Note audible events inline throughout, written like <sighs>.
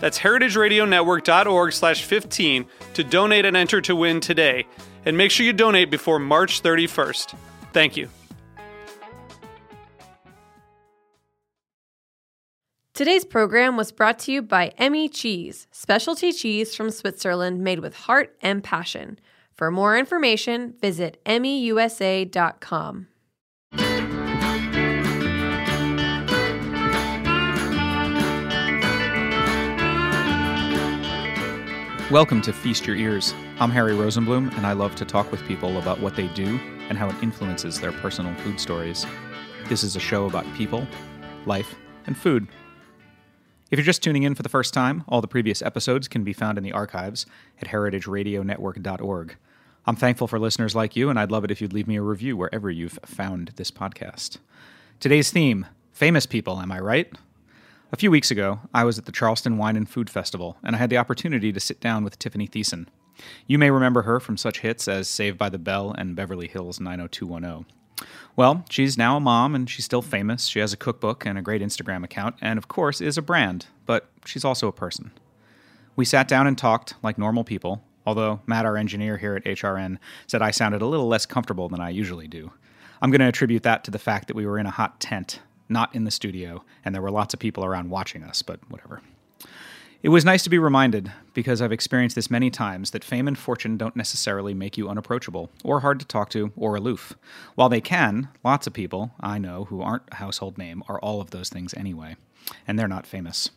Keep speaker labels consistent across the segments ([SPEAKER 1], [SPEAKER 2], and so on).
[SPEAKER 1] That's heritageradionetwork.org slash 15 to donate and enter to win today. And make sure you donate before March 31st. Thank you.
[SPEAKER 2] Today's program was brought to you by Emmy Cheese, specialty cheese from Switzerland made with heart and passion. For more information, visit E emmyusa.com.
[SPEAKER 3] Welcome to Feast Your Ears. I'm Harry Rosenblum, and I love to talk with people about what they do and how it influences their personal food stories. This is a show about people, life, and food. If you're just tuning in for the first time, all the previous episodes can be found in the archives at heritageradionetwork.org. I'm thankful for listeners like you, and I'd love it if you'd leave me a review wherever you've found this podcast. Today's theme famous people, am I right? A few weeks ago, I was at the Charleston Wine and Food Festival, and I had the opportunity to sit down with Tiffany Thiessen. You may remember her from such hits as Saved by the Bell and Beverly Hills 90210. Well, she's now a mom and she's still famous. She has a cookbook and a great Instagram account, and of course, is a brand, but she's also a person. We sat down and talked like normal people, although Matt, our engineer here at HRN, said I sounded a little less comfortable than I usually do. I'm going to attribute that to the fact that we were in a hot tent, not in the studio, and there were lots of people around watching us, but whatever. It was nice to be reminded, because I've experienced this many times, that fame and fortune don't necessarily make you unapproachable, or hard to talk to, or aloof. While they can, lots of people I know who aren't a household name are all of those things anyway, and they're not famous.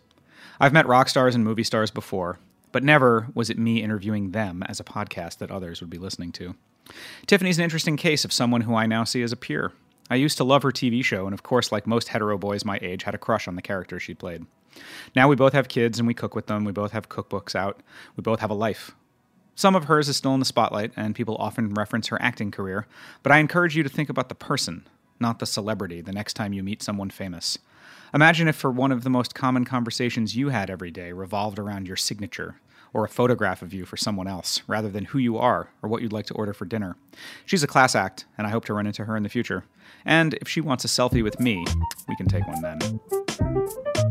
[SPEAKER 3] I've met rock stars and movie stars before, but never was it me interviewing them as a podcast that others would be listening to. Tiffany's an interesting case of someone who I now see as a peer. I used to love her TV show, and of course, like most hetero boys my age, had a crush on the character she played. Now we both have kids and we cook with them. We both have cookbooks out. We both have a life. Some of hers is still in the spotlight, and people often reference her acting career, but I encourage you to think about the person, not the celebrity, the next time you meet someone famous. Imagine if for one of the most common conversations you had every day revolved around your signature or a photograph of you for someone else, rather than who you are or what you'd like to order for dinner. She's a class act, and I hope to run into her in the future. And if she wants a selfie with me, we can take one then.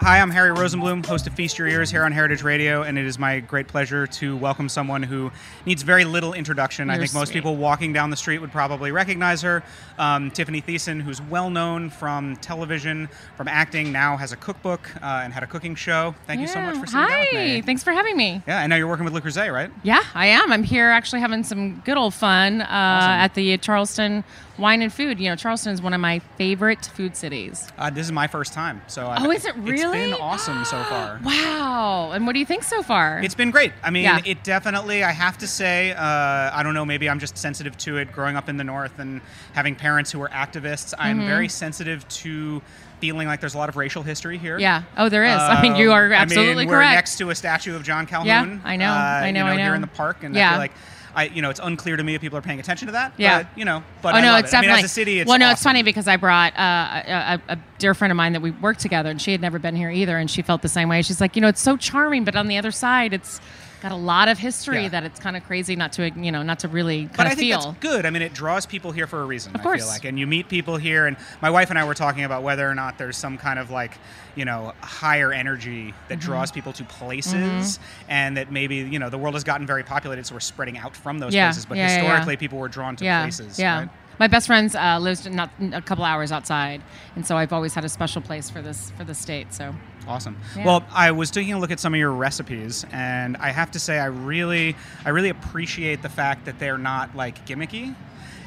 [SPEAKER 3] Hi, I'm Harry Rosenblum, host of Feast Your Ears here on Heritage Radio, and it is my great pleasure to welcome someone who needs very little introduction. I
[SPEAKER 4] You're
[SPEAKER 3] think most
[SPEAKER 4] sweet.
[SPEAKER 3] people walking down the street would probably recognize her. Um, Tiffany Thiessen, who's well known from television, from acting, now has a cookbook uh, and had a cooking show. Thank you so much
[SPEAKER 4] Yeah.
[SPEAKER 3] for sitting
[SPEAKER 4] Hi.
[SPEAKER 3] down with me.
[SPEAKER 4] Thanks for having me.
[SPEAKER 3] Yeah, and now you're working with Le Creuset, right?
[SPEAKER 4] Yeah, I am. I'm here actually having some good old fun uh, at the Charleston Wine and Food. You know, Charleston is one of my favorite food cities.
[SPEAKER 3] Uh, this is my first time, so I-
[SPEAKER 4] Oh, is it really?
[SPEAKER 3] It's been awesome so far.
[SPEAKER 4] <gasps> Wow. And what do you think so far?
[SPEAKER 3] It's been great. I mean,
[SPEAKER 4] Yeah.
[SPEAKER 3] it definitely, I have to say, uh, I don't know, maybe I'm just sensitive to it growing up in the North and having parents who were activists. I'm
[SPEAKER 4] Mm-hmm.
[SPEAKER 3] very sensitive to feeling like there's a lot of racial history here.
[SPEAKER 4] yeah. Oh, there is. <laughs> I mean, you are
[SPEAKER 3] Uh,
[SPEAKER 4] absolutely
[SPEAKER 3] I mean, We're
[SPEAKER 4] correct.
[SPEAKER 3] next to a statue of John Calhoun. uh,
[SPEAKER 4] I know, I know,
[SPEAKER 3] You know,
[SPEAKER 4] I
[SPEAKER 3] here
[SPEAKER 4] know.
[SPEAKER 3] in the park, and I
[SPEAKER 4] Yeah.
[SPEAKER 3] feel like. I, you know, it's unclear to me if people are paying attention to that.
[SPEAKER 4] Yeah.
[SPEAKER 3] But, you know, but
[SPEAKER 4] oh
[SPEAKER 3] I
[SPEAKER 4] no,
[SPEAKER 3] love
[SPEAKER 4] it's
[SPEAKER 3] it. I mean,
[SPEAKER 4] definitely
[SPEAKER 3] as a city, it's
[SPEAKER 4] well, no,
[SPEAKER 3] awesome.
[SPEAKER 4] it's funny because I brought uh, a, a, a dear friend of mine that we worked together, and she had never been here either, and she felt the same way. She's like, you know, it's so charming, but on the other side, it's got a lot of history
[SPEAKER 3] Yeah.
[SPEAKER 4] that it's kind of crazy not to, you know, not to really kind
[SPEAKER 3] but
[SPEAKER 4] of
[SPEAKER 3] I think
[SPEAKER 4] feel.
[SPEAKER 3] that's good. I mean, it draws people here for a reason. Of I
[SPEAKER 4] course.
[SPEAKER 3] feel like, and you meet people here. And my wife and I were talking about whether or not there's some kind of like, you know, higher energy that
[SPEAKER 4] Mm-hmm.
[SPEAKER 3] draws people to places, and that maybe you know the world has gotten very populated, so we're spreading out from those
[SPEAKER 4] Yeah.
[SPEAKER 3] places. But
[SPEAKER 4] Yeah, yeah, yeah.
[SPEAKER 3] historically, people were drawn to
[SPEAKER 4] yeah,
[SPEAKER 3] places.
[SPEAKER 4] yeah.
[SPEAKER 3] Right?
[SPEAKER 4] my best friend's uh, lives not a couple hours outside, and so I've always had a special place for this for the state. So
[SPEAKER 3] Awesome.
[SPEAKER 4] Yeah.
[SPEAKER 3] Well, I was taking a look at some of your recipes, and I have to say, I really, I really appreciate the fact that they're not like gimmicky,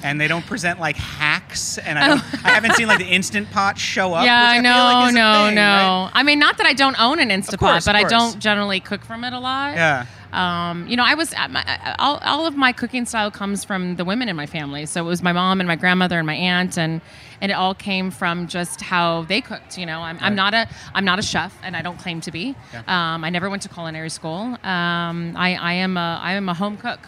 [SPEAKER 3] and they don't present like <laughs> hacks. And I, don't,
[SPEAKER 4] <laughs>
[SPEAKER 3] I haven't seen like the instant pot show up.
[SPEAKER 4] yeah,
[SPEAKER 3] which I
[SPEAKER 4] no,
[SPEAKER 3] feel like is a
[SPEAKER 4] no,
[SPEAKER 3] thing,
[SPEAKER 4] no.
[SPEAKER 3] right?
[SPEAKER 4] I mean, not that I don't own an Instapot,
[SPEAKER 3] course, of
[SPEAKER 4] but I
[SPEAKER 3] course.
[SPEAKER 4] don't generally cook from it a lot.
[SPEAKER 3] Yeah.
[SPEAKER 4] Um, you know, I was at my, uh, all, all of my cooking style comes from the women in my family. So it was my mom and my grandmother and my aunt, and and it all came from just how they cooked. You know, I'm, I'm not a I'm not a chef, and I don't claim to be. Um, I never went to culinary school. Um, I, I am a I am a home cook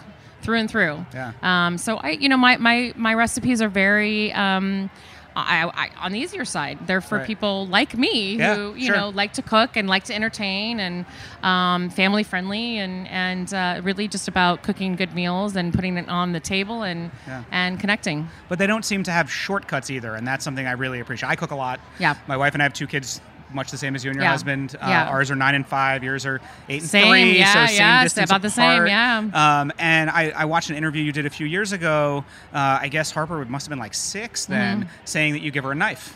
[SPEAKER 4] through and through.
[SPEAKER 3] Yeah.
[SPEAKER 4] Um, so I, you know, my my my recipes are very. Um, I, I, on the easier side, they're for
[SPEAKER 3] Right.
[SPEAKER 4] people like me
[SPEAKER 3] Yeah,
[SPEAKER 4] who you
[SPEAKER 3] sure.
[SPEAKER 4] know like to cook and like to entertain and um, family friendly and and uh, really just about cooking good meals and putting it on the table and
[SPEAKER 3] Yeah.
[SPEAKER 4] and connecting.
[SPEAKER 3] But they don't seem to have shortcuts either, and that's something I really appreciate. I cook a lot.
[SPEAKER 4] Yeah.
[SPEAKER 3] My wife and I have two kids. Much the same as you and your
[SPEAKER 4] Yeah.
[SPEAKER 3] husband. Uh,
[SPEAKER 4] Yeah.
[SPEAKER 3] Ours are nine and five. Yours are eight and
[SPEAKER 4] Same,
[SPEAKER 3] three.
[SPEAKER 4] yeah,
[SPEAKER 3] so same
[SPEAKER 4] yeah, it's
[SPEAKER 3] distance
[SPEAKER 4] about the same,
[SPEAKER 3] apart.
[SPEAKER 4] yeah.
[SPEAKER 3] Um, and I, I watched an interview you did a few years ago. Uh, I guess Harper must have been like six
[SPEAKER 4] Mm-hmm.
[SPEAKER 3] then, saying that you give her a
[SPEAKER 4] <laughs>
[SPEAKER 3] knife.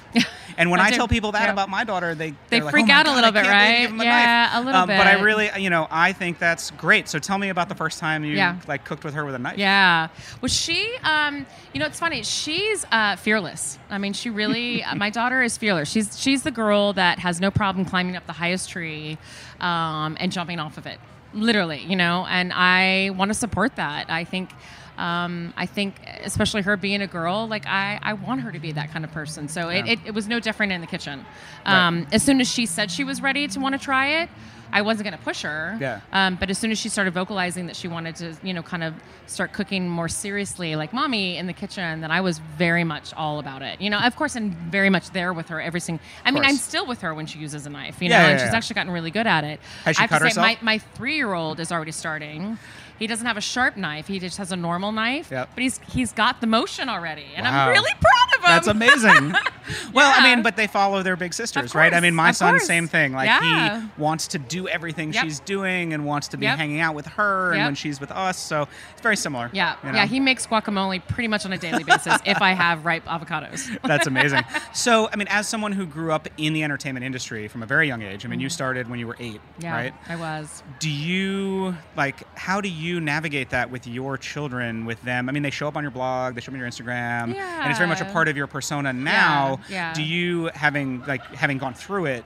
[SPEAKER 3] and when
[SPEAKER 4] I
[SPEAKER 3] I
[SPEAKER 4] do.
[SPEAKER 3] tell people that
[SPEAKER 4] Yeah.
[SPEAKER 3] about my daughter, they
[SPEAKER 4] They
[SPEAKER 3] they're like,
[SPEAKER 4] freak
[SPEAKER 3] "Oh my
[SPEAKER 4] out a
[SPEAKER 3] God,
[SPEAKER 4] little
[SPEAKER 3] I
[SPEAKER 4] bit,
[SPEAKER 3] can't believe you
[SPEAKER 4] right?
[SPEAKER 3] give him a
[SPEAKER 4] Yeah,
[SPEAKER 3] knife."
[SPEAKER 4] a little
[SPEAKER 3] Um, But I
[SPEAKER 4] bit.
[SPEAKER 3] really, you know, I think that's great. So tell me about the first time you
[SPEAKER 4] Yeah.
[SPEAKER 3] like cooked with her with a knife.
[SPEAKER 4] Yeah. Well, she, um, you know, it's funny. She's uh, fearless. I mean, she really. uh, my daughter is fearless. She's she's the girl that has no problem climbing up the highest tree, um, and jumping off of it, literally. You know, and I want to support that. I think. Um, I think, especially her being a girl, like I, I want her to be that kind of person. So it, it, it was no different in the kitchen. Um, As soon as she said she was ready to want to try it, I wasn't going to push her.
[SPEAKER 3] Yeah.
[SPEAKER 4] Um, but as soon as she started vocalizing that she wanted to, you know, kind of start cooking more seriously, like mommy in the kitchen, then I was very much all about it. You know, of course, I'm very much there with her every single. I mean,
[SPEAKER 3] course.
[SPEAKER 4] I'm still with her when she uses a knife. You
[SPEAKER 3] Yeah,
[SPEAKER 4] know,
[SPEAKER 3] yeah,
[SPEAKER 4] and she's
[SPEAKER 3] yeah.
[SPEAKER 4] actually gotten really good at it.
[SPEAKER 3] Has she
[SPEAKER 4] I have
[SPEAKER 3] cut
[SPEAKER 4] to say,
[SPEAKER 3] herself?
[SPEAKER 4] my, my three-year-old is already starting. He doesn't have a sharp knife. He just has a normal knife.
[SPEAKER 3] Yep.
[SPEAKER 4] But he's he's got the motion already, and
[SPEAKER 3] Wow.
[SPEAKER 4] I'm really proud of him.
[SPEAKER 3] That's amazing.
[SPEAKER 4] <laughs>
[SPEAKER 3] well, I
[SPEAKER 4] Yeah.
[SPEAKER 3] mean, but they follow their big sisters,
[SPEAKER 4] Of
[SPEAKER 3] right? I
[SPEAKER 4] course,
[SPEAKER 3] mean, my
[SPEAKER 4] of
[SPEAKER 3] son,
[SPEAKER 4] course.
[SPEAKER 3] same thing. Like
[SPEAKER 4] Yeah.
[SPEAKER 3] he wants to do everything
[SPEAKER 4] Yep.
[SPEAKER 3] she's doing and wants to be
[SPEAKER 4] Yep.
[SPEAKER 3] hanging out with her and
[SPEAKER 4] Yep.
[SPEAKER 3] when she's with us. So it's very similar.
[SPEAKER 4] Yeah,
[SPEAKER 3] you
[SPEAKER 4] yeah.
[SPEAKER 3] know?
[SPEAKER 4] He <laughs> makes guacamole pretty much on a daily basis if I have ripe
[SPEAKER 3] <laughs>
[SPEAKER 4] avocados.
[SPEAKER 3] That's amazing. So, I mean, as someone who grew up in the entertainment industry from a very young age, I mean, you started when you were eight,
[SPEAKER 4] Mm. Yeah,
[SPEAKER 3] right?
[SPEAKER 4] I was.
[SPEAKER 3] Do you like how do you navigate that with your children with them? I mean, they show up on your blog, they show up on your Instagram, and it's very much a
[SPEAKER 4] Yeah.
[SPEAKER 3] part of your persona now.
[SPEAKER 4] yeah.
[SPEAKER 3] Do you having like having gone through it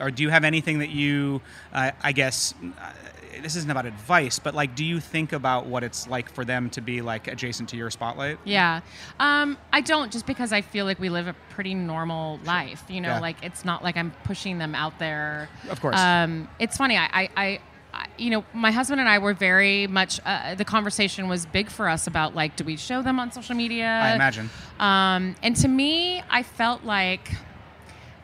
[SPEAKER 3] or do you have anything that you uh, I guess uh, this isn't about advice, but like do you think about what it's like for them to be like adjacent to your spotlight?
[SPEAKER 4] Yeah. Um, I don't just because I feel like we live a pretty normal life. You know,
[SPEAKER 3] Yeah.
[SPEAKER 4] like it's not like I'm pushing them out there.
[SPEAKER 3] Of course.
[SPEAKER 4] Um, it's funny. I, I, I, I- you know, my husband and I were very much. Uh, the conversation was big for us about like, do we show them on social media?
[SPEAKER 3] I imagine.
[SPEAKER 4] Um, and to me, I felt like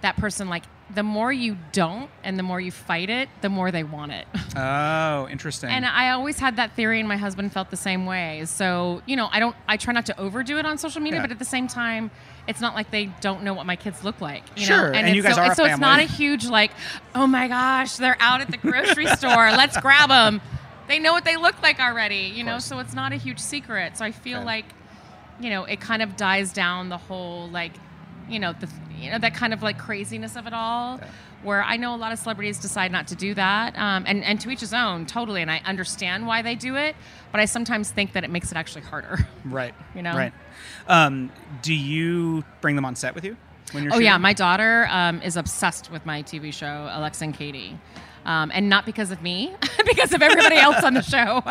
[SPEAKER 4] that person like. The more you don't and the more you fight it, the more they want it. <laughs>
[SPEAKER 3] Oh, interesting.
[SPEAKER 4] And I always had that theory, and my husband felt the same way. So, you know, I don't, I try not to overdo it on social media,
[SPEAKER 3] Yeah.
[SPEAKER 4] but at the same time, it's not like they don't know what my kids look like. You
[SPEAKER 3] Sure,
[SPEAKER 4] know?
[SPEAKER 3] and you
[SPEAKER 4] it's
[SPEAKER 3] guys
[SPEAKER 4] so,
[SPEAKER 3] are a
[SPEAKER 4] so it's not a
[SPEAKER 3] family.
[SPEAKER 4] huge, like, oh my gosh, they're out at
[SPEAKER 3] <laughs>
[SPEAKER 4] the grocery store. Let's grab them. They know what they look like already, you know,
[SPEAKER 3] course.
[SPEAKER 4] so it's not a huge secret. So I feel
[SPEAKER 3] Okay.
[SPEAKER 4] like, you know, it kind of dies down the whole, like, you know, the, you know, that kind of like craziness of it all
[SPEAKER 3] Yeah.
[SPEAKER 4] where I know a lot of celebrities decide not to do that, um, and and to each his own, totally. And I understand why they do it, but I sometimes think that it makes it actually harder. <laughs>
[SPEAKER 3] Right.
[SPEAKER 4] You know?
[SPEAKER 3] Right. Um, do you bring them on set with you when you're
[SPEAKER 4] Oh yeah,
[SPEAKER 3] shooting?
[SPEAKER 4] my daughter um, is obsessed with my TV show Alexa and Katie, um, and not because of me, <laughs> because of everybody
[SPEAKER 3] <laughs>
[SPEAKER 4] else on the show.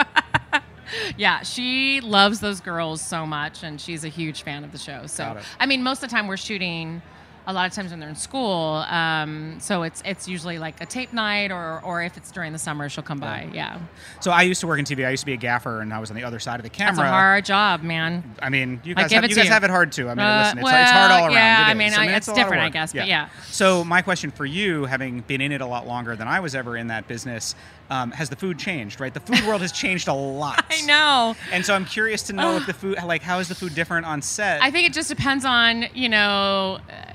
[SPEAKER 4] <laughs> yeah, she loves those girls so much, and she's a huge fan of the show.
[SPEAKER 3] Got
[SPEAKER 4] So
[SPEAKER 3] it.
[SPEAKER 4] I mean, most of the time we're shooting. A lot of times when they're in school, um, so it's it's usually like a tape night, or or if it's during the summer, she'll come by. Yeah,
[SPEAKER 3] So I used to work in TV. I used to be a gaffer, and I was on the other side of the camera.
[SPEAKER 4] that's a hard
[SPEAKER 3] <laughs>
[SPEAKER 4] job, man.
[SPEAKER 3] I mean, you
[SPEAKER 4] I
[SPEAKER 3] guys,
[SPEAKER 4] give
[SPEAKER 3] have,
[SPEAKER 4] it
[SPEAKER 3] you
[SPEAKER 4] to
[SPEAKER 3] guys
[SPEAKER 4] you.
[SPEAKER 3] have it hard too. I mean,
[SPEAKER 4] Uh,
[SPEAKER 3] listen, it's, it's hard
[SPEAKER 4] well,
[SPEAKER 3] all around.
[SPEAKER 4] yeah,
[SPEAKER 3] It
[SPEAKER 4] I mean,
[SPEAKER 3] is.
[SPEAKER 4] I- it's
[SPEAKER 3] a lot of
[SPEAKER 4] different, I
[SPEAKER 3] work.
[SPEAKER 4] guess, but yeah.
[SPEAKER 3] So my question for you, having been in it a lot longer than I was ever in that business, um, has the food changed? Right, the food world has changed
[SPEAKER 4] <laughs>
[SPEAKER 3] a lot.
[SPEAKER 4] I know.
[SPEAKER 3] And so I'm curious to know if the food, like, how is the food different on set?
[SPEAKER 4] I think it just depends on you know uh,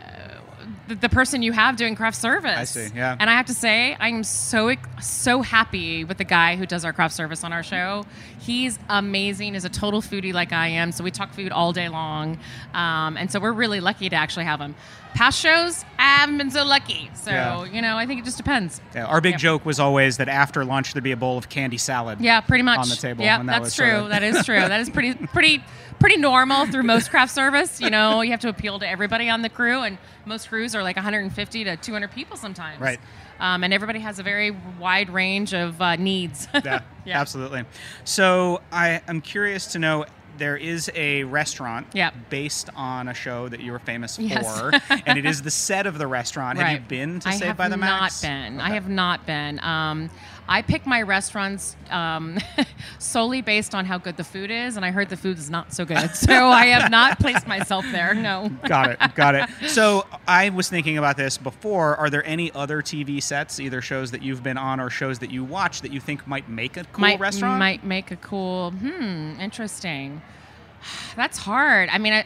[SPEAKER 4] the, the person you have doing craft service.
[SPEAKER 3] I see, yeah.
[SPEAKER 4] And I have to say, I'm so ex- so happy with the guy who does our craft service on our show. He's amazing. Is a total foodie like I am. So we talk food all day long, um, and so we're really lucky to actually have him. Past shows, I haven't been so lucky. So
[SPEAKER 3] Yeah.
[SPEAKER 4] you know, I think it just depends.
[SPEAKER 3] Yeah, our big
[SPEAKER 4] Yeah.
[SPEAKER 3] joke was always that after lunch there'd be a bowl of candy salad.
[SPEAKER 4] Yeah, pretty much
[SPEAKER 3] on the table,
[SPEAKER 4] Yeah,
[SPEAKER 3] and that was
[SPEAKER 4] that's true.
[SPEAKER 3] sorta-
[SPEAKER 4] That is true. That
[SPEAKER 3] <laughs>
[SPEAKER 4] is pretty pretty pretty normal through most craft service. You know, you have to appeal to everybody on the crew, and most crews are like 150 to 200 people sometimes.
[SPEAKER 3] Right.
[SPEAKER 4] Um, and everybody has a very wide range of uh, needs.
[SPEAKER 3] yeah,
[SPEAKER 4] <laughs> Yeah.
[SPEAKER 3] absolutely. So I am curious to know. There is a restaurant
[SPEAKER 4] Yep.
[SPEAKER 3] based on a show that you were famous
[SPEAKER 4] Yes. <laughs>
[SPEAKER 3] for, and it is the set of the restaurant. Have you
[SPEAKER 4] Right.
[SPEAKER 3] been to
[SPEAKER 4] <laughs> I
[SPEAKER 3] Saved
[SPEAKER 4] have
[SPEAKER 3] by the Max?
[SPEAKER 4] Not been. I
[SPEAKER 3] Okay.
[SPEAKER 4] have not been. Um, I pick my restaurants um, <laughs> solely based on how good the food is, and I heard the food is not so
[SPEAKER 3] <laughs>
[SPEAKER 4] good, so I have not placed myself there. No.
[SPEAKER 3] got it. Got
[SPEAKER 4] <laughs>
[SPEAKER 3] it. So I was thinking about this before. Are there any other TV sets, either shows that you've been on or shows that you watch, that you think might make a cool
[SPEAKER 4] might,
[SPEAKER 3] restaurant?
[SPEAKER 4] might make a cool hmm interesting <sighs> that's hard i mean I,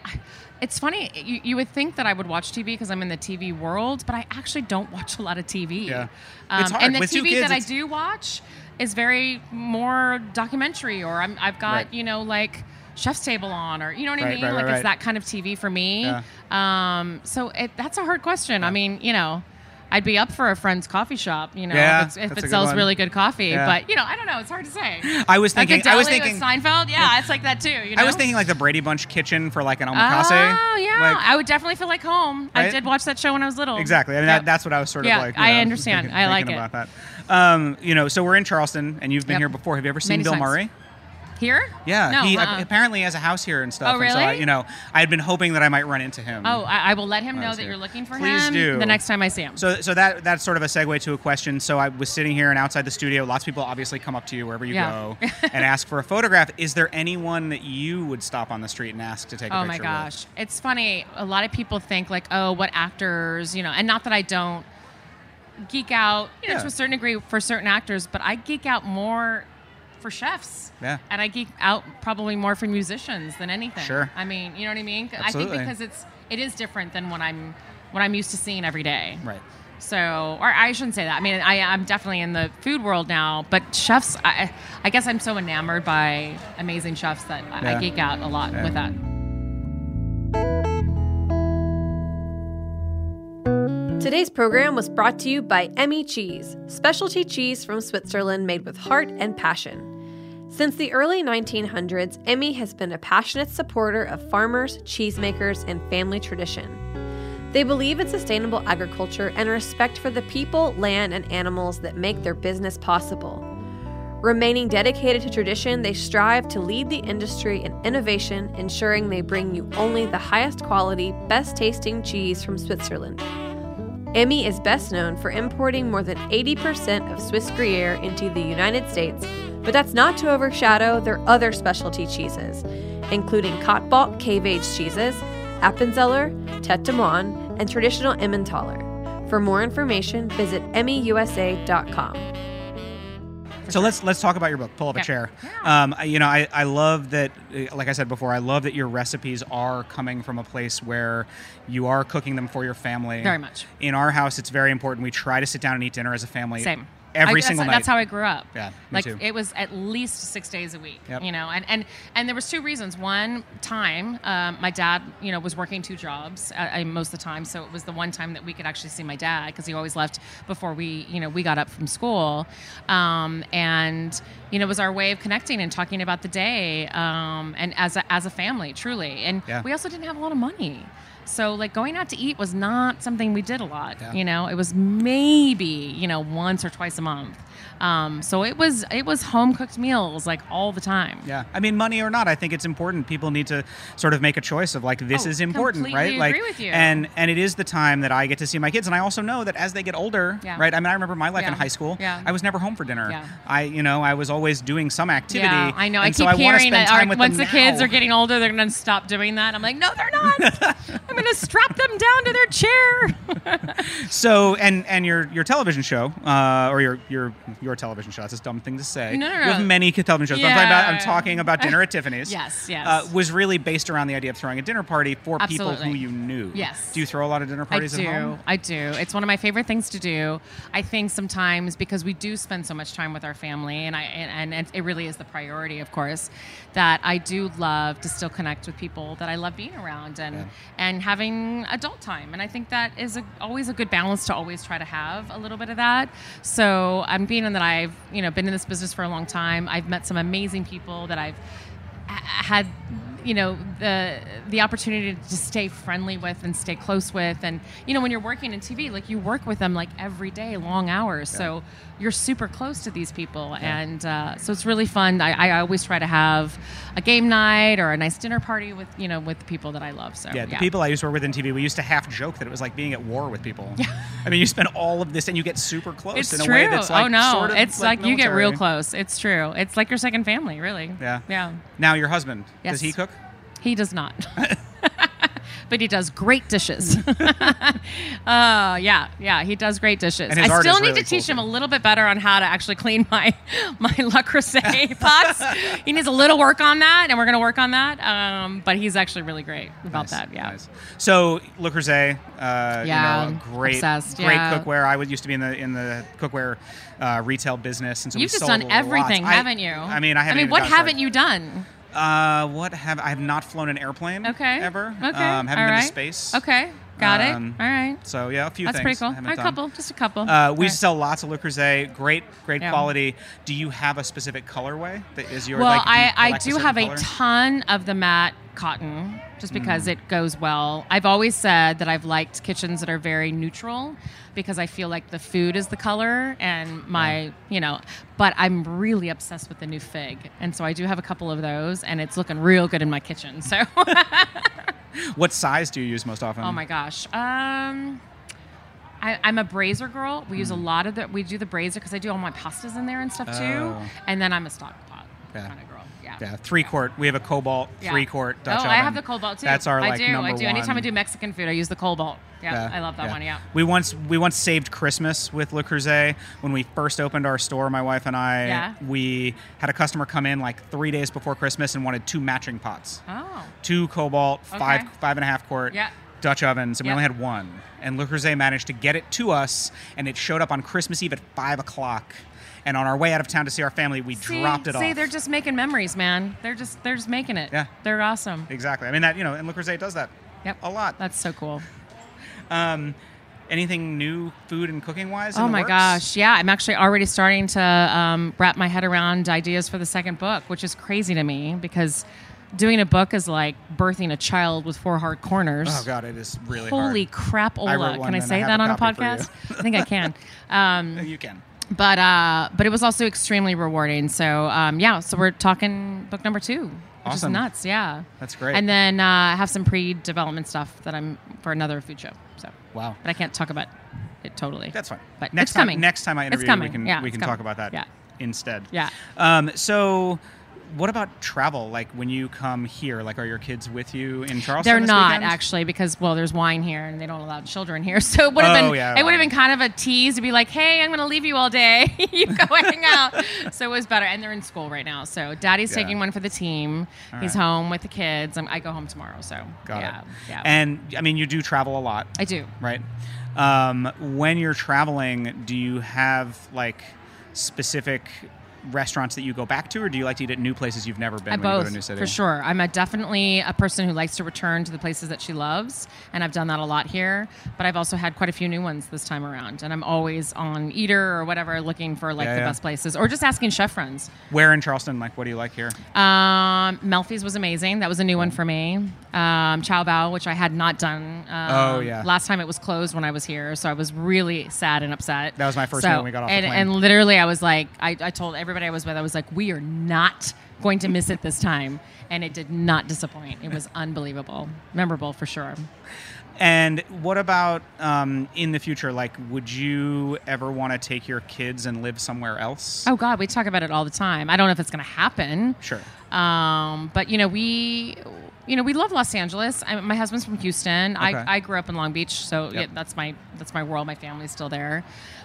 [SPEAKER 4] it's funny you, you would think that i would watch tv because i'm in the tv world but i actually don't <laughs> watch a lot of tv
[SPEAKER 3] Yeah.
[SPEAKER 4] um,
[SPEAKER 3] It's hard.
[SPEAKER 4] and the
[SPEAKER 3] With two
[SPEAKER 4] tv
[SPEAKER 3] kids,
[SPEAKER 4] that i
[SPEAKER 3] it's-
[SPEAKER 4] do watch is very more documentary or I'm, i've got
[SPEAKER 3] Right.
[SPEAKER 4] you know like chef's table on or you know what
[SPEAKER 3] Right,
[SPEAKER 4] i mean
[SPEAKER 3] right, right,
[SPEAKER 4] like
[SPEAKER 3] right.
[SPEAKER 4] it's that kind of tv for me
[SPEAKER 3] Yeah.
[SPEAKER 4] um, so it, that's a hard question i mean you know I'd be up for a friend's coffee shop, you know,
[SPEAKER 3] Yeah,
[SPEAKER 4] if, it's, if
[SPEAKER 3] that's a
[SPEAKER 4] it
[SPEAKER 3] good
[SPEAKER 4] sells
[SPEAKER 3] one.
[SPEAKER 4] really good coffee.
[SPEAKER 3] Yeah.
[SPEAKER 4] But you know, I don't know. It's hard to say.
[SPEAKER 3] <laughs> I was
[SPEAKER 4] Like a
[SPEAKER 3] thinking. I was
[SPEAKER 4] deli with
[SPEAKER 3] thinking.
[SPEAKER 4] Seinfeld. Yeah, it's like that too. You know?
[SPEAKER 3] I was thinking like the Brady Bunch kitchen for like an omakase.
[SPEAKER 4] Oh yeah,
[SPEAKER 3] Like,
[SPEAKER 4] I would definitely feel like home. I
[SPEAKER 3] Right?
[SPEAKER 4] did watch that show when I was little.
[SPEAKER 3] Exactly. I mean,
[SPEAKER 4] Yep.
[SPEAKER 3] that, that's what I was sort
[SPEAKER 4] Yeah,
[SPEAKER 3] of like. you
[SPEAKER 4] I
[SPEAKER 3] know,
[SPEAKER 4] understand.
[SPEAKER 3] Thinking,
[SPEAKER 4] I like
[SPEAKER 3] thinking
[SPEAKER 4] it.
[SPEAKER 3] about that. Um, you know, so we're in Charleston, and you've been
[SPEAKER 4] Yep.
[SPEAKER 3] here before. Have you ever seen
[SPEAKER 4] Many
[SPEAKER 3] Bill
[SPEAKER 4] times.
[SPEAKER 3] Murray?
[SPEAKER 4] here.
[SPEAKER 3] Yeah,
[SPEAKER 4] No.
[SPEAKER 3] he
[SPEAKER 4] uh-uh.
[SPEAKER 3] ap- apparently has a house here and stuff.
[SPEAKER 4] Oh,
[SPEAKER 3] And so I,
[SPEAKER 4] really?
[SPEAKER 3] you know, I had been hoping that I might run into him.
[SPEAKER 4] oh, I, I will let him
[SPEAKER 3] I
[SPEAKER 4] know
[SPEAKER 3] was
[SPEAKER 4] that
[SPEAKER 3] here.
[SPEAKER 4] you're looking for
[SPEAKER 3] Please
[SPEAKER 4] him
[SPEAKER 3] do.
[SPEAKER 4] the next time I see him.
[SPEAKER 3] So, so that that's sort of a segue to a question. So I was sitting here and outside the studio, lots of people obviously come up to you wherever you
[SPEAKER 4] Yeah. <laughs>
[SPEAKER 3] go and ask for a photograph. Is there anyone that you would stop on the street and ask to take
[SPEAKER 4] oh
[SPEAKER 3] a
[SPEAKER 4] my
[SPEAKER 3] picture?
[SPEAKER 4] gosh it's funny a lot of people think like oh what actors you know and not that i don't geek out you know
[SPEAKER 3] Yeah.
[SPEAKER 4] to a certain degree for certain actors but i geek out more for chefs
[SPEAKER 3] Yeah.
[SPEAKER 4] and i geek out probably more for musicians than anything
[SPEAKER 3] Sure.
[SPEAKER 4] i mean you know what i mean i
[SPEAKER 3] Absolutely.
[SPEAKER 4] think because it's it is different than what i'm what i'm used to seeing every day
[SPEAKER 3] With? Right.
[SPEAKER 4] so, or I shouldn't say that. I mean, I, I'm definitely in the food world now, but chefs, I, I guess I'm so enamored by amazing chefs that I
[SPEAKER 3] Yeah.
[SPEAKER 4] I geek out a lot
[SPEAKER 3] Yeah.
[SPEAKER 4] with that.
[SPEAKER 2] Today's program was brought to you by Emmy Cheese, specialty cheese from Switzerland made with heart and passion. Since the early 1900s, Emmy E has been a passionate supporter of farmers, cheesemakers, and family tradition. They believe in sustainable agriculture and respect for the people, land, and animals that make their business possible. Remaining dedicated to tradition, they strive to lead the industry in innovation, ensuring they bring you only the highest quality, best tasting cheese from Switzerland. Emmy is best known for importing more than 80% of Swiss Gruyere into the United States, but that's not to overshadow their other specialty cheeses, including Kottbalk cave aged cheeses, Appenzeller, Tete de Moine, and traditional Emmentaler. For more information, visit emmyusa.com.
[SPEAKER 3] So let's let's talk about your book. Pull up a
[SPEAKER 4] Okay.
[SPEAKER 3] chair. Um, I- you know, I, I love that. uh, Like I said before, I love that your recipes are coming from a place where you are cooking them for your family.
[SPEAKER 4] Very much.
[SPEAKER 3] In our house, it's very important. We try to sit down and eat dinner as a family.
[SPEAKER 4] Same. I-
[SPEAKER 3] Every
[SPEAKER 4] that's-
[SPEAKER 3] single night.
[SPEAKER 4] That's how I grew up.
[SPEAKER 3] Yeah, me
[SPEAKER 4] like
[SPEAKER 3] too.
[SPEAKER 4] it was at least six days a week.
[SPEAKER 3] Yep.
[SPEAKER 4] You know, and and and there was two reasons. One time, um, my dad, you know, was working two jobs uh, uh, most of the time, so it was the one time that we could actually see my dad because he always left before we, you know, we got up from school, um, and you know, it was our way of connecting and talking about the day, um, and as a, as a family, truly. And
[SPEAKER 3] Yeah.
[SPEAKER 4] we also didn't have a lot of money. So like going out to eat was not something we did a lot.
[SPEAKER 3] Yeah.
[SPEAKER 4] You know, it was maybe you know once or twice a month. Um, so it was it was home cooked meals like all the time.
[SPEAKER 3] Yeah, I mean, money or not, I think it's important. People need to sort of make a choice of like this
[SPEAKER 4] Oh,
[SPEAKER 3] is important,
[SPEAKER 4] completely
[SPEAKER 3] right? Like,
[SPEAKER 4] agree with you.
[SPEAKER 3] and and it is the time that I get to see my kids, and I also know that as they get older,
[SPEAKER 4] Yeah.
[SPEAKER 3] right? I mean, I remember my life in
[SPEAKER 4] Yeah.
[SPEAKER 3] high school.
[SPEAKER 4] Yeah.
[SPEAKER 3] I was never home for dinner.
[SPEAKER 4] Yeah.
[SPEAKER 3] I, you know, I was always doing some activity.
[SPEAKER 4] Yeah, I know. I
[SPEAKER 3] and
[SPEAKER 4] keep
[SPEAKER 3] so wanna
[SPEAKER 4] hearing
[SPEAKER 3] spend
[SPEAKER 4] that
[SPEAKER 3] time
[SPEAKER 4] our,
[SPEAKER 3] with
[SPEAKER 4] once
[SPEAKER 3] them
[SPEAKER 4] the kids
[SPEAKER 3] now.
[SPEAKER 4] are getting older, they're going to stop doing that. I'm like, no, they're
[SPEAKER 3] <laughs>
[SPEAKER 4] not. I'm going to strap them down to their chair.
[SPEAKER 3] So, and and your your television show uh, or your your your television show. That's a dumb thing to say.
[SPEAKER 4] No, no,
[SPEAKER 3] You have
[SPEAKER 4] no.
[SPEAKER 3] many television shows. But I'm, talking about, I'm
[SPEAKER 4] Yeah.
[SPEAKER 3] talking about dinner at
[SPEAKER 4] <laughs>
[SPEAKER 3] Tiffany's.
[SPEAKER 4] Yes, yes.
[SPEAKER 3] Uh, was really based around the idea of throwing a dinner party for people who
[SPEAKER 4] Absolutely.
[SPEAKER 3] you knew.
[SPEAKER 4] Yes.
[SPEAKER 3] Do you throw a lot of dinner parties
[SPEAKER 4] I do.
[SPEAKER 3] at home?
[SPEAKER 4] I do. It's one of my favorite things to do. I think sometimes because we do spend so much time with our family, and I and, and it really is the priority, of course, that I do love to still connect with people that I love being around and and having adult time. And I think that is a, always a good balance to always try to have a little bit of that. So I'm being in that I've you know been in this business for a long time. I've met some amazing people that I've h- had you know the the opportunity to stay friendly with and stay close with and you know when you're working in TV like you work with them like every day long hours so you're super close to these people and uh, so it's really fun I, I always try to have a game night or a nice dinner party with you know with the people that I love so
[SPEAKER 3] Yeah, the people I used to work with in TV, we used to half joke that it was like being at war with people. I mean, you spend all of this and you get super close
[SPEAKER 4] it's
[SPEAKER 3] in a
[SPEAKER 4] true
[SPEAKER 3] way that's like
[SPEAKER 4] oh no
[SPEAKER 3] sort of
[SPEAKER 4] it's like, you get real
[SPEAKER 3] military.
[SPEAKER 4] close it's true it's like your second family really
[SPEAKER 3] Yeah.
[SPEAKER 4] yeah
[SPEAKER 3] Now your husband, does
[SPEAKER 4] Yes.
[SPEAKER 3] he cook?
[SPEAKER 4] He does not. <laughs> but he does great dishes. <laughs> uh, yeah, yeah, he does great dishes.
[SPEAKER 3] And his
[SPEAKER 4] I
[SPEAKER 3] art
[SPEAKER 4] still
[SPEAKER 3] is
[SPEAKER 4] need
[SPEAKER 3] really
[SPEAKER 4] to teach
[SPEAKER 3] cool,
[SPEAKER 4] him
[SPEAKER 3] too.
[SPEAKER 4] a little bit better on how to actually clean my <laughs> my La
[SPEAKER 3] <laughs>
[SPEAKER 4] Crusade pots. he needs a little work on that, and we're going to work on that. Um, but he's actually really great
[SPEAKER 3] Nice,
[SPEAKER 4] about that. Yeah.
[SPEAKER 3] nice. So Le Creuset, uh,
[SPEAKER 4] Yeah,
[SPEAKER 3] you know, a great,
[SPEAKER 4] obsessed,
[SPEAKER 3] great
[SPEAKER 4] yeah.
[SPEAKER 3] cookware. I was used to be in the in the cookware uh, retail business, and so we
[SPEAKER 4] You've just
[SPEAKER 3] sold
[SPEAKER 4] done
[SPEAKER 3] lots.
[SPEAKER 4] everything,
[SPEAKER 3] I-
[SPEAKER 4] haven't you?
[SPEAKER 3] I mean, I haven't.
[SPEAKER 4] I mean,
[SPEAKER 3] even
[SPEAKER 4] what
[SPEAKER 3] gotten
[SPEAKER 4] haven't
[SPEAKER 3] started.
[SPEAKER 4] you done?
[SPEAKER 3] Uh, what have I have not flown an airplane?
[SPEAKER 4] Okay.
[SPEAKER 3] Ever?
[SPEAKER 4] Okay.
[SPEAKER 3] Um, haven't
[SPEAKER 4] All
[SPEAKER 3] been
[SPEAKER 4] right.
[SPEAKER 3] to space.
[SPEAKER 4] Okay. Got
[SPEAKER 3] Um,
[SPEAKER 4] it. All right.
[SPEAKER 3] So yeah, a few
[SPEAKER 4] That's pretty
[SPEAKER 3] things. I
[SPEAKER 4] cool.
[SPEAKER 3] haven't
[SPEAKER 4] A
[SPEAKER 3] done.
[SPEAKER 4] couple, just a couple.
[SPEAKER 3] Uh, we
[SPEAKER 4] All right.
[SPEAKER 3] sell lots of Le Creuset. Great, great
[SPEAKER 4] Yeah.
[SPEAKER 3] quality. Do you have a specific colorway that is your?
[SPEAKER 4] well
[SPEAKER 3] like, do you
[SPEAKER 4] I, I
[SPEAKER 3] collect a
[SPEAKER 4] do
[SPEAKER 3] certain
[SPEAKER 4] have
[SPEAKER 3] color? Hmm.
[SPEAKER 4] a ton of the matte cotton just because it goes well i've always said that i've liked kitchens that are very neutral because i feel like the food is the color and my you know but i'm really obsessed with the new fig and so i do have a couple of those and it's looking real good in my kitchen <laughs> so
[SPEAKER 3] What size do you use most often?
[SPEAKER 4] Oh my gosh. Um, I, I'm a brazer girl. We
[SPEAKER 3] Hmm.
[SPEAKER 4] use a lot of the. We do the brazer because I do all my pastas in there and stuff
[SPEAKER 3] Oh.
[SPEAKER 4] too. And then I'm a stock pot
[SPEAKER 3] Yeah.
[SPEAKER 4] kind of girl. Yeah.
[SPEAKER 3] Yeah, three quart. We have a cobalt
[SPEAKER 4] Yeah.
[SPEAKER 3] three quart Dutch
[SPEAKER 4] oh,
[SPEAKER 3] oven.
[SPEAKER 4] I have the cobalt too.
[SPEAKER 3] That's our
[SPEAKER 4] I
[SPEAKER 3] like
[SPEAKER 4] do.
[SPEAKER 3] number
[SPEAKER 4] I do. Anytime I
[SPEAKER 3] one.
[SPEAKER 4] do Mexican food, I use the cobalt. Yeah,
[SPEAKER 3] Yeah,
[SPEAKER 4] I love that one. Yeah.
[SPEAKER 3] We once we once saved Christmas with Le Creuset when we first opened our store. My wife and I,
[SPEAKER 4] Yeah.
[SPEAKER 3] we had a customer come in like three days before Christmas and wanted two matching pots,
[SPEAKER 4] Oh.
[SPEAKER 3] two cobalt, five
[SPEAKER 4] Okay.
[SPEAKER 3] five and a half quart.
[SPEAKER 4] Yeah.
[SPEAKER 3] Dutch ovens, and we
[SPEAKER 4] Yeah.
[SPEAKER 3] only had one. And Le Creuset managed to get it to us, and it showed up on Christmas Eve at five o'clock. And on our way out of town to see our family, we
[SPEAKER 4] See,
[SPEAKER 3] dropped it
[SPEAKER 4] see,
[SPEAKER 3] off.
[SPEAKER 4] they're just making memories, man. They're just they're just making it.
[SPEAKER 3] Yeah.
[SPEAKER 4] They're awesome.
[SPEAKER 3] exactly. I mean that you know, and Le Creuset does that
[SPEAKER 4] Yep.
[SPEAKER 3] a lot.
[SPEAKER 4] That's so cool.
[SPEAKER 3] Um, anything new, food and cooking wise?
[SPEAKER 4] Oh my gosh, yeah! I'm actually already starting to um, wrap my head around ideas for the second book, which is crazy to me because doing a book is like birthing a child with four hard corners.
[SPEAKER 3] Oh god, it is really
[SPEAKER 4] Holy
[SPEAKER 3] hard.
[SPEAKER 4] crap,
[SPEAKER 3] I wrote
[SPEAKER 4] Ola!
[SPEAKER 3] one
[SPEAKER 4] Can
[SPEAKER 3] and
[SPEAKER 4] I
[SPEAKER 3] I
[SPEAKER 4] say
[SPEAKER 3] have
[SPEAKER 4] that
[SPEAKER 3] a
[SPEAKER 4] on a
[SPEAKER 3] copy for you.
[SPEAKER 4] podcast? I think
[SPEAKER 3] <laughs>
[SPEAKER 4] I can. Um,
[SPEAKER 3] You can.
[SPEAKER 4] but uh, but it was also extremely rewarding. So um, yeah, so we're talking book number two, which
[SPEAKER 3] Awesome.
[SPEAKER 4] is nuts. Yeah,
[SPEAKER 3] That's great.
[SPEAKER 4] And then uh, I have some pre-development stuff that I'm for another food show. So
[SPEAKER 3] Wow.
[SPEAKER 4] but I can't talk about it totally.
[SPEAKER 3] That's fine.
[SPEAKER 4] But
[SPEAKER 3] next
[SPEAKER 4] it's
[SPEAKER 3] time,
[SPEAKER 4] coming.
[SPEAKER 3] Next time I interview,
[SPEAKER 4] it's
[SPEAKER 3] you,
[SPEAKER 4] coming.
[SPEAKER 3] we can
[SPEAKER 4] yeah,
[SPEAKER 3] we
[SPEAKER 4] it's
[SPEAKER 3] can
[SPEAKER 4] coming.
[SPEAKER 3] talk about that
[SPEAKER 4] Yeah.
[SPEAKER 3] instead.
[SPEAKER 4] Yeah.
[SPEAKER 3] Um, so. What about travel? Like when you come here, like are your kids with you in Charleston?
[SPEAKER 4] They're
[SPEAKER 3] this
[SPEAKER 4] not
[SPEAKER 3] weekend?
[SPEAKER 4] actually because well, there's wine here and they don't allow children here. <laughs> So it would have
[SPEAKER 3] Oh,
[SPEAKER 4] been
[SPEAKER 3] yeah,
[SPEAKER 4] it would have
[SPEAKER 3] wine.
[SPEAKER 4] been kind of a tease to be like, hey, I'm going to leave you all day. <laughs> you go hang out. <laughs> So it was better. And they're in school right now. So daddy's
[SPEAKER 3] Yeah.
[SPEAKER 4] taking one for the team. He's
[SPEAKER 3] right.
[SPEAKER 4] home with the kids. i I go home tomorrow. So
[SPEAKER 3] Got
[SPEAKER 4] yeah,
[SPEAKER 3] it.
[SPEAKER 4] yeah,
[SPEAKER 3] And I mean, you do travel a lot.
[SPEAKER 4] I do.
[SPEAKER 3] right? Um, when you're traveling, do you have like specific restaurants that you go back to, or do you like to eat at new places you've never been
[SPEAKER 4] I
[SPEAKER 3] when you go to a new
[SPEAKER 4] both,
[SPEAKER 3] city?
[SPEAKER 4] for sure. I'm a definitely a person who likes to return to the places that she loves, and I've done that a lot here. But I've also had quite a few new ones this time around, and I'm always on Eater or whatever, looking for like
[SPEAKER 3] Yeah,
[SPEAKER 4] the
[SPEAKER 3] yeah.
[SPEAKER 4] best places, or just asking chef friends.
[SPEAKER 3] Where in Charleston? Like, what do you like here?
[SPEAKER 4] Um, Melfi's was amazing. That was a new one for me. Um, Chow Bao, which I had not done. Um,
[SPEAKER 3] Oh, yeah.
[SPEAKER 4] Last time it was closed when I was here, so I was really sad and upset.
[SPEAKER 3] That was my first
[SPEAKER 4] so,
[SPEAKER 3] night when we got off the
[SPEAKER 4] and,
[SPEAKER 3] plane.
[SPEAKER 4] And literally, I was like, I, I told everybody I was with, I was like, we are not going to miss it this time, and it did not disappoint.
[SPEAKER 3] <laughs>
[SPEAKER 4] It was unbelievable, memorable for sure.
[SPEAKER 3] And what about um, in the future? Like, would you ever want to take your kids and live somewhere else?
[SPEAKER 4] Oh God, we talk about it all the time. I don't know if it's going to happen.
[SPEAKER 3] sure.
[SPEAKER 4] Um, but you know, we you know we love Los Angeles. I, my husband's from Houston.
[SPEAKER 3] Okay.
[SPEAKER 4] I, I grew up in Long Beach, so
[SPEAKER 3] Yep.
[SPEAKER 4] yeah, that's my that's my world. My family's still there,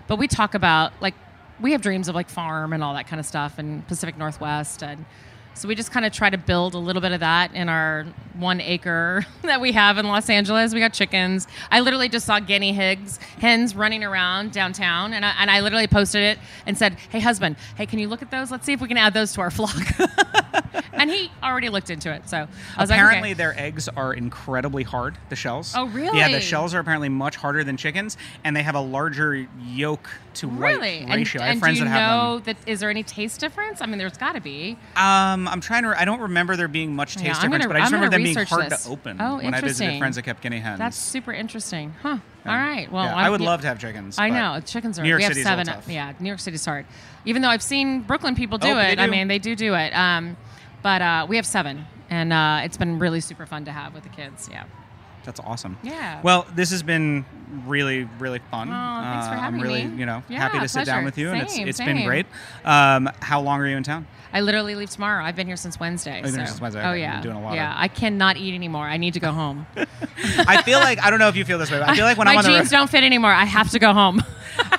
[SPEAKER 4] but we talk about like we have dreams of like farm and all that kind of stuff and Pacific Northwest and so we just kind of try to build a little bit of that in our one acre <laughs> that we have in Los Angeles. We got chickens. I literally just saw guinea hens, hens running around downtown, and I, and I literally posted it and said, "Hey, husband, hey, can you look at those? Let's see if we can add those to our <laughs> flock." and he already looked into it, so I was
[SPEAKER 3] apparently,
[SPEAKER 4] like, okay.
[SPEAKER 3] their eggs are incredibly hard. The shells.
[SPEAKER 4] Oh,
[SPEAKER 3] Yeah,
[SPEAKER 4] really?
[SPEAKER 3] the shells are apparently much harder than chickens, and they have a larger yolk to
[SPEAKER 4] Really?
[SPEAKER 3] white
[SPEAKER 4] And,
[SPEAKER 3] ratio. I have
[SPEAKER 4] and
[SPEAKER 3] friends
[SPEAKER 4] do you
[SPEAKER 3] that have them.
[SPEAKER 4] know that is there any taste difference? I mean, there's got to be.
[SPEAKER 3] Um, I'm trying to. I don't remember there being much taste
[SPEAKER 4] Yeah, I'm
[SPEAKER 3] difference,
[SPEAKER 4] gonna-
[SPEAKER 3] but I just
[SPEAKER 4] I'm
[SPEAKER 3] remember them
[SPEAKER 4] gonna
[SPEAKER 3] being
[SPEAKER 4] research
[SPEAKER 3] hard
[SPEAKER 4] this.
[SPEAKER 3] to open
[SPEAKER 4] Oh,
[SPEAKER 3] when I visited
[SPEAKER 4] interesting.
[SPEAKER 3] friends that kept guinea hens.
[SPEAKER 4] That's super interesting, huh? All right. Well,
[SPEAKER 3] Yeah,
[SPEAKER 4] why
[SPEAKER 3] I would
[SPEAKER 4] don't you-
[SPEAKER 3] love to have chickens.
[SPEAKER 4] I
[SPEAKER 3] but-
[SPEAKER 4] know chickens are.
[SPEAKER 3] New York
[SPEAKER 4] we have
[SPEAKER 3] City's a
[SPEAKER 4] seven.
[SPEAKER 3] little tough.
[SPEAKER 4] Yeah, New York City's hard. Even though I've seen Brooklyn people do
[SPEAKER 3] Oh, they
[SPEAKER 4] it. I
[SPEAKER 3] do.
[SPEAKER 4] mean, they do do it. Um, but uh, we have seven, and uh, it's been really super fun to have with the kids. Yeah.
[SPEAKER 3] That's awesome.
[SPEAKER 4] Yeah.
[SPEAKER 3] Well, this has been really, really fun. Uh,
[SPEAKER 4] Oh, thanks for having
[SPEAKER 3] I'm really,
[SPEAKER 4] me.
[SPEAKER 3] you know,
[SPEAKER 4] Yeah,
[SPEAKER 3] happy to sit down
[SPEAKER 4] pleasure.
[SPEAKER 3] with you, and
[SPEAKER 4] Same,
[SPEAKER 3] it's it's been
[SPEAKER 4] same.
[SPEAKER 3] great. Um, how long are you in town?
[SPEAKER 4] I literally leave tomorrow. I've been here since Wednesday.
[SPEAKER 3] been
[SPEAKER 4] so.
[SPEAKER 3] here since Wednesday.
[SPEAKER 4] Oh
[SPEAKER 3] Okay, you've
[SPEAKER 4] yeah.
[SPEAKER 3] been doing a lot of-
[SPEAKER 4] yeah. I cannot eat anymore. I need to go home.
[SPEAKER 3] I feel like I don't know if you feel this way. But I feel like when
[SPEAKER 4] my
[SPEAKER 3] I'm on the
[SPEAKER 4] jeans
[SPEAKER 3] road,
[SPEAKER 4] don't fit anymore. I have to go home. <laughs>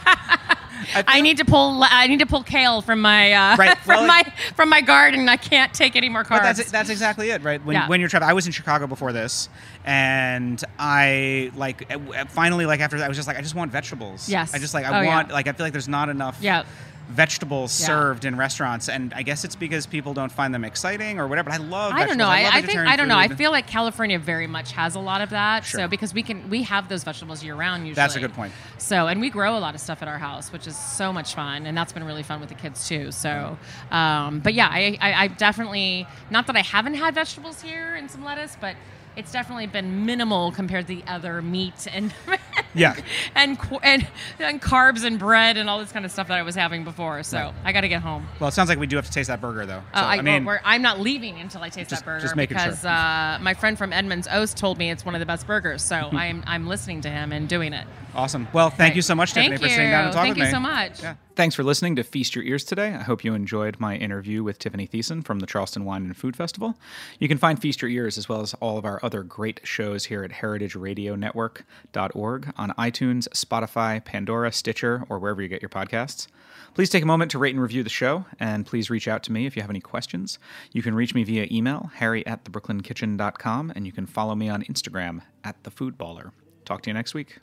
[SPEAKER 4] I, need to pull. uh, I need to pull kale from my uh,
[SPEAKER 3] Right,
[SPEAKER 4] <laughs> from
[SPEAKER 3] well-
[SPEAKER 4] my from my garden. I can't take any more carbs.
[SPEAKER 3] but that's that's exactly it, right? When
[SPEAKER 4] Yeah.
[SPEAKER 3] when you're traveling, I was in Chicago before this, and I like at- at- finally like after that, I was just like, I just want vegetables.
[SPEAKER 4] Yes.
[SPEAKER 3] I just like I
[SPEAKER 4] Oh, yeah.
[SPEAKER 3] want like I feel like there's not enough.
[SPEAKER 4] Yeah.
[SPEAKER 3] Vegetables
[SPEAKER 4] Yeah.
[SPEAKER 3] served in restaurants, and I guess it's because people don't find them exciting or whatever. But I love.
[SPEAKER 4] I don't
[SPEAKER 3] vegetables.
[SPEAKER 4] know. I,
[SPEAKER 3] love
[SPEAKER 4] I think
[SPEAKER 3] vegetarian
[SPEAKER 4] I don't know. I
[SPEAKER 3] food.
[SPEAKER 4] feel like California very much has a lot of that.
[SPEAKER 3] Sure.
[SPEAKER 4] So because we can we have those vegetables year round usually.
[SPEAKER 3] That's a good point.
[SPEAKER 4] So and we grow a lot of stuff at our house, which is so much fun, and that's been really fun with the kids too. So, um, but yeah, I, I I definitely not that I haven't had vegetables here and some lettuce, but it's definitely been minimal compared to the other meat
[SPEAKER 3] <laughs>
[SPEAKER 4] and. <laughs>
[SPEAKER 3] Yeah.
[SPEAKER 4] and, qu- and and carbs and bread and all this kind of stuff that I was having before. So
[SPEAKER 3] Right.
[SPEAKER 4] I got to get home.
[SPEAKER 3] Well, it sounds like we do have to taste that burger, though. So,
[SPEAKER 4] Uh, I,
[SPEAKER 3] I mean,
[SPEAKER 4] we're, I'm not leaving until I taste
[SPEAKER 3] Just-
[SPEAKER 4] that burger
[SPEAKER 3] just making sure.
[SPEAKER 4] because uh, my friend from Edmonds Oast told me it's one of the best burgers. So I'm I'm listening to him and doing it.
[SPEAKER 3] awesome. Well, Hmm. thank you
[SPEAKER 4] Right.
[SPEAKER 3] so much,
[SPEAKER 4] Thank
[SPEAKER 3] Tiffany, for sitting down and
[SPEAKER 4] you.
[SPEAKER 3] talking to
[SPEAKER 4] Thank
[SPEAKER 3] me.
[SPEAKER 4] you so much.
[SPEAKER 3] Yeah.
[SPEAKER 5] Thanks for listening to Feast Your Ears today. I hope you enjoyed my interview with Tiffany Thiessen from the Charleston Wine and Food Festival. You can find Feast Your Ears as well as all of our other great shows here at heritageradionetwork.org on iTunes, Spotify, Pandora, Stitcher, or wherever you get your podcasts. Please take a moment to rate and review the show, and please reach out to me if you have any questions. You can reach me via email, harry at thebrooklynkitchen.com, and you can follow me on Instagram at thefoodballer. Talk to you next week.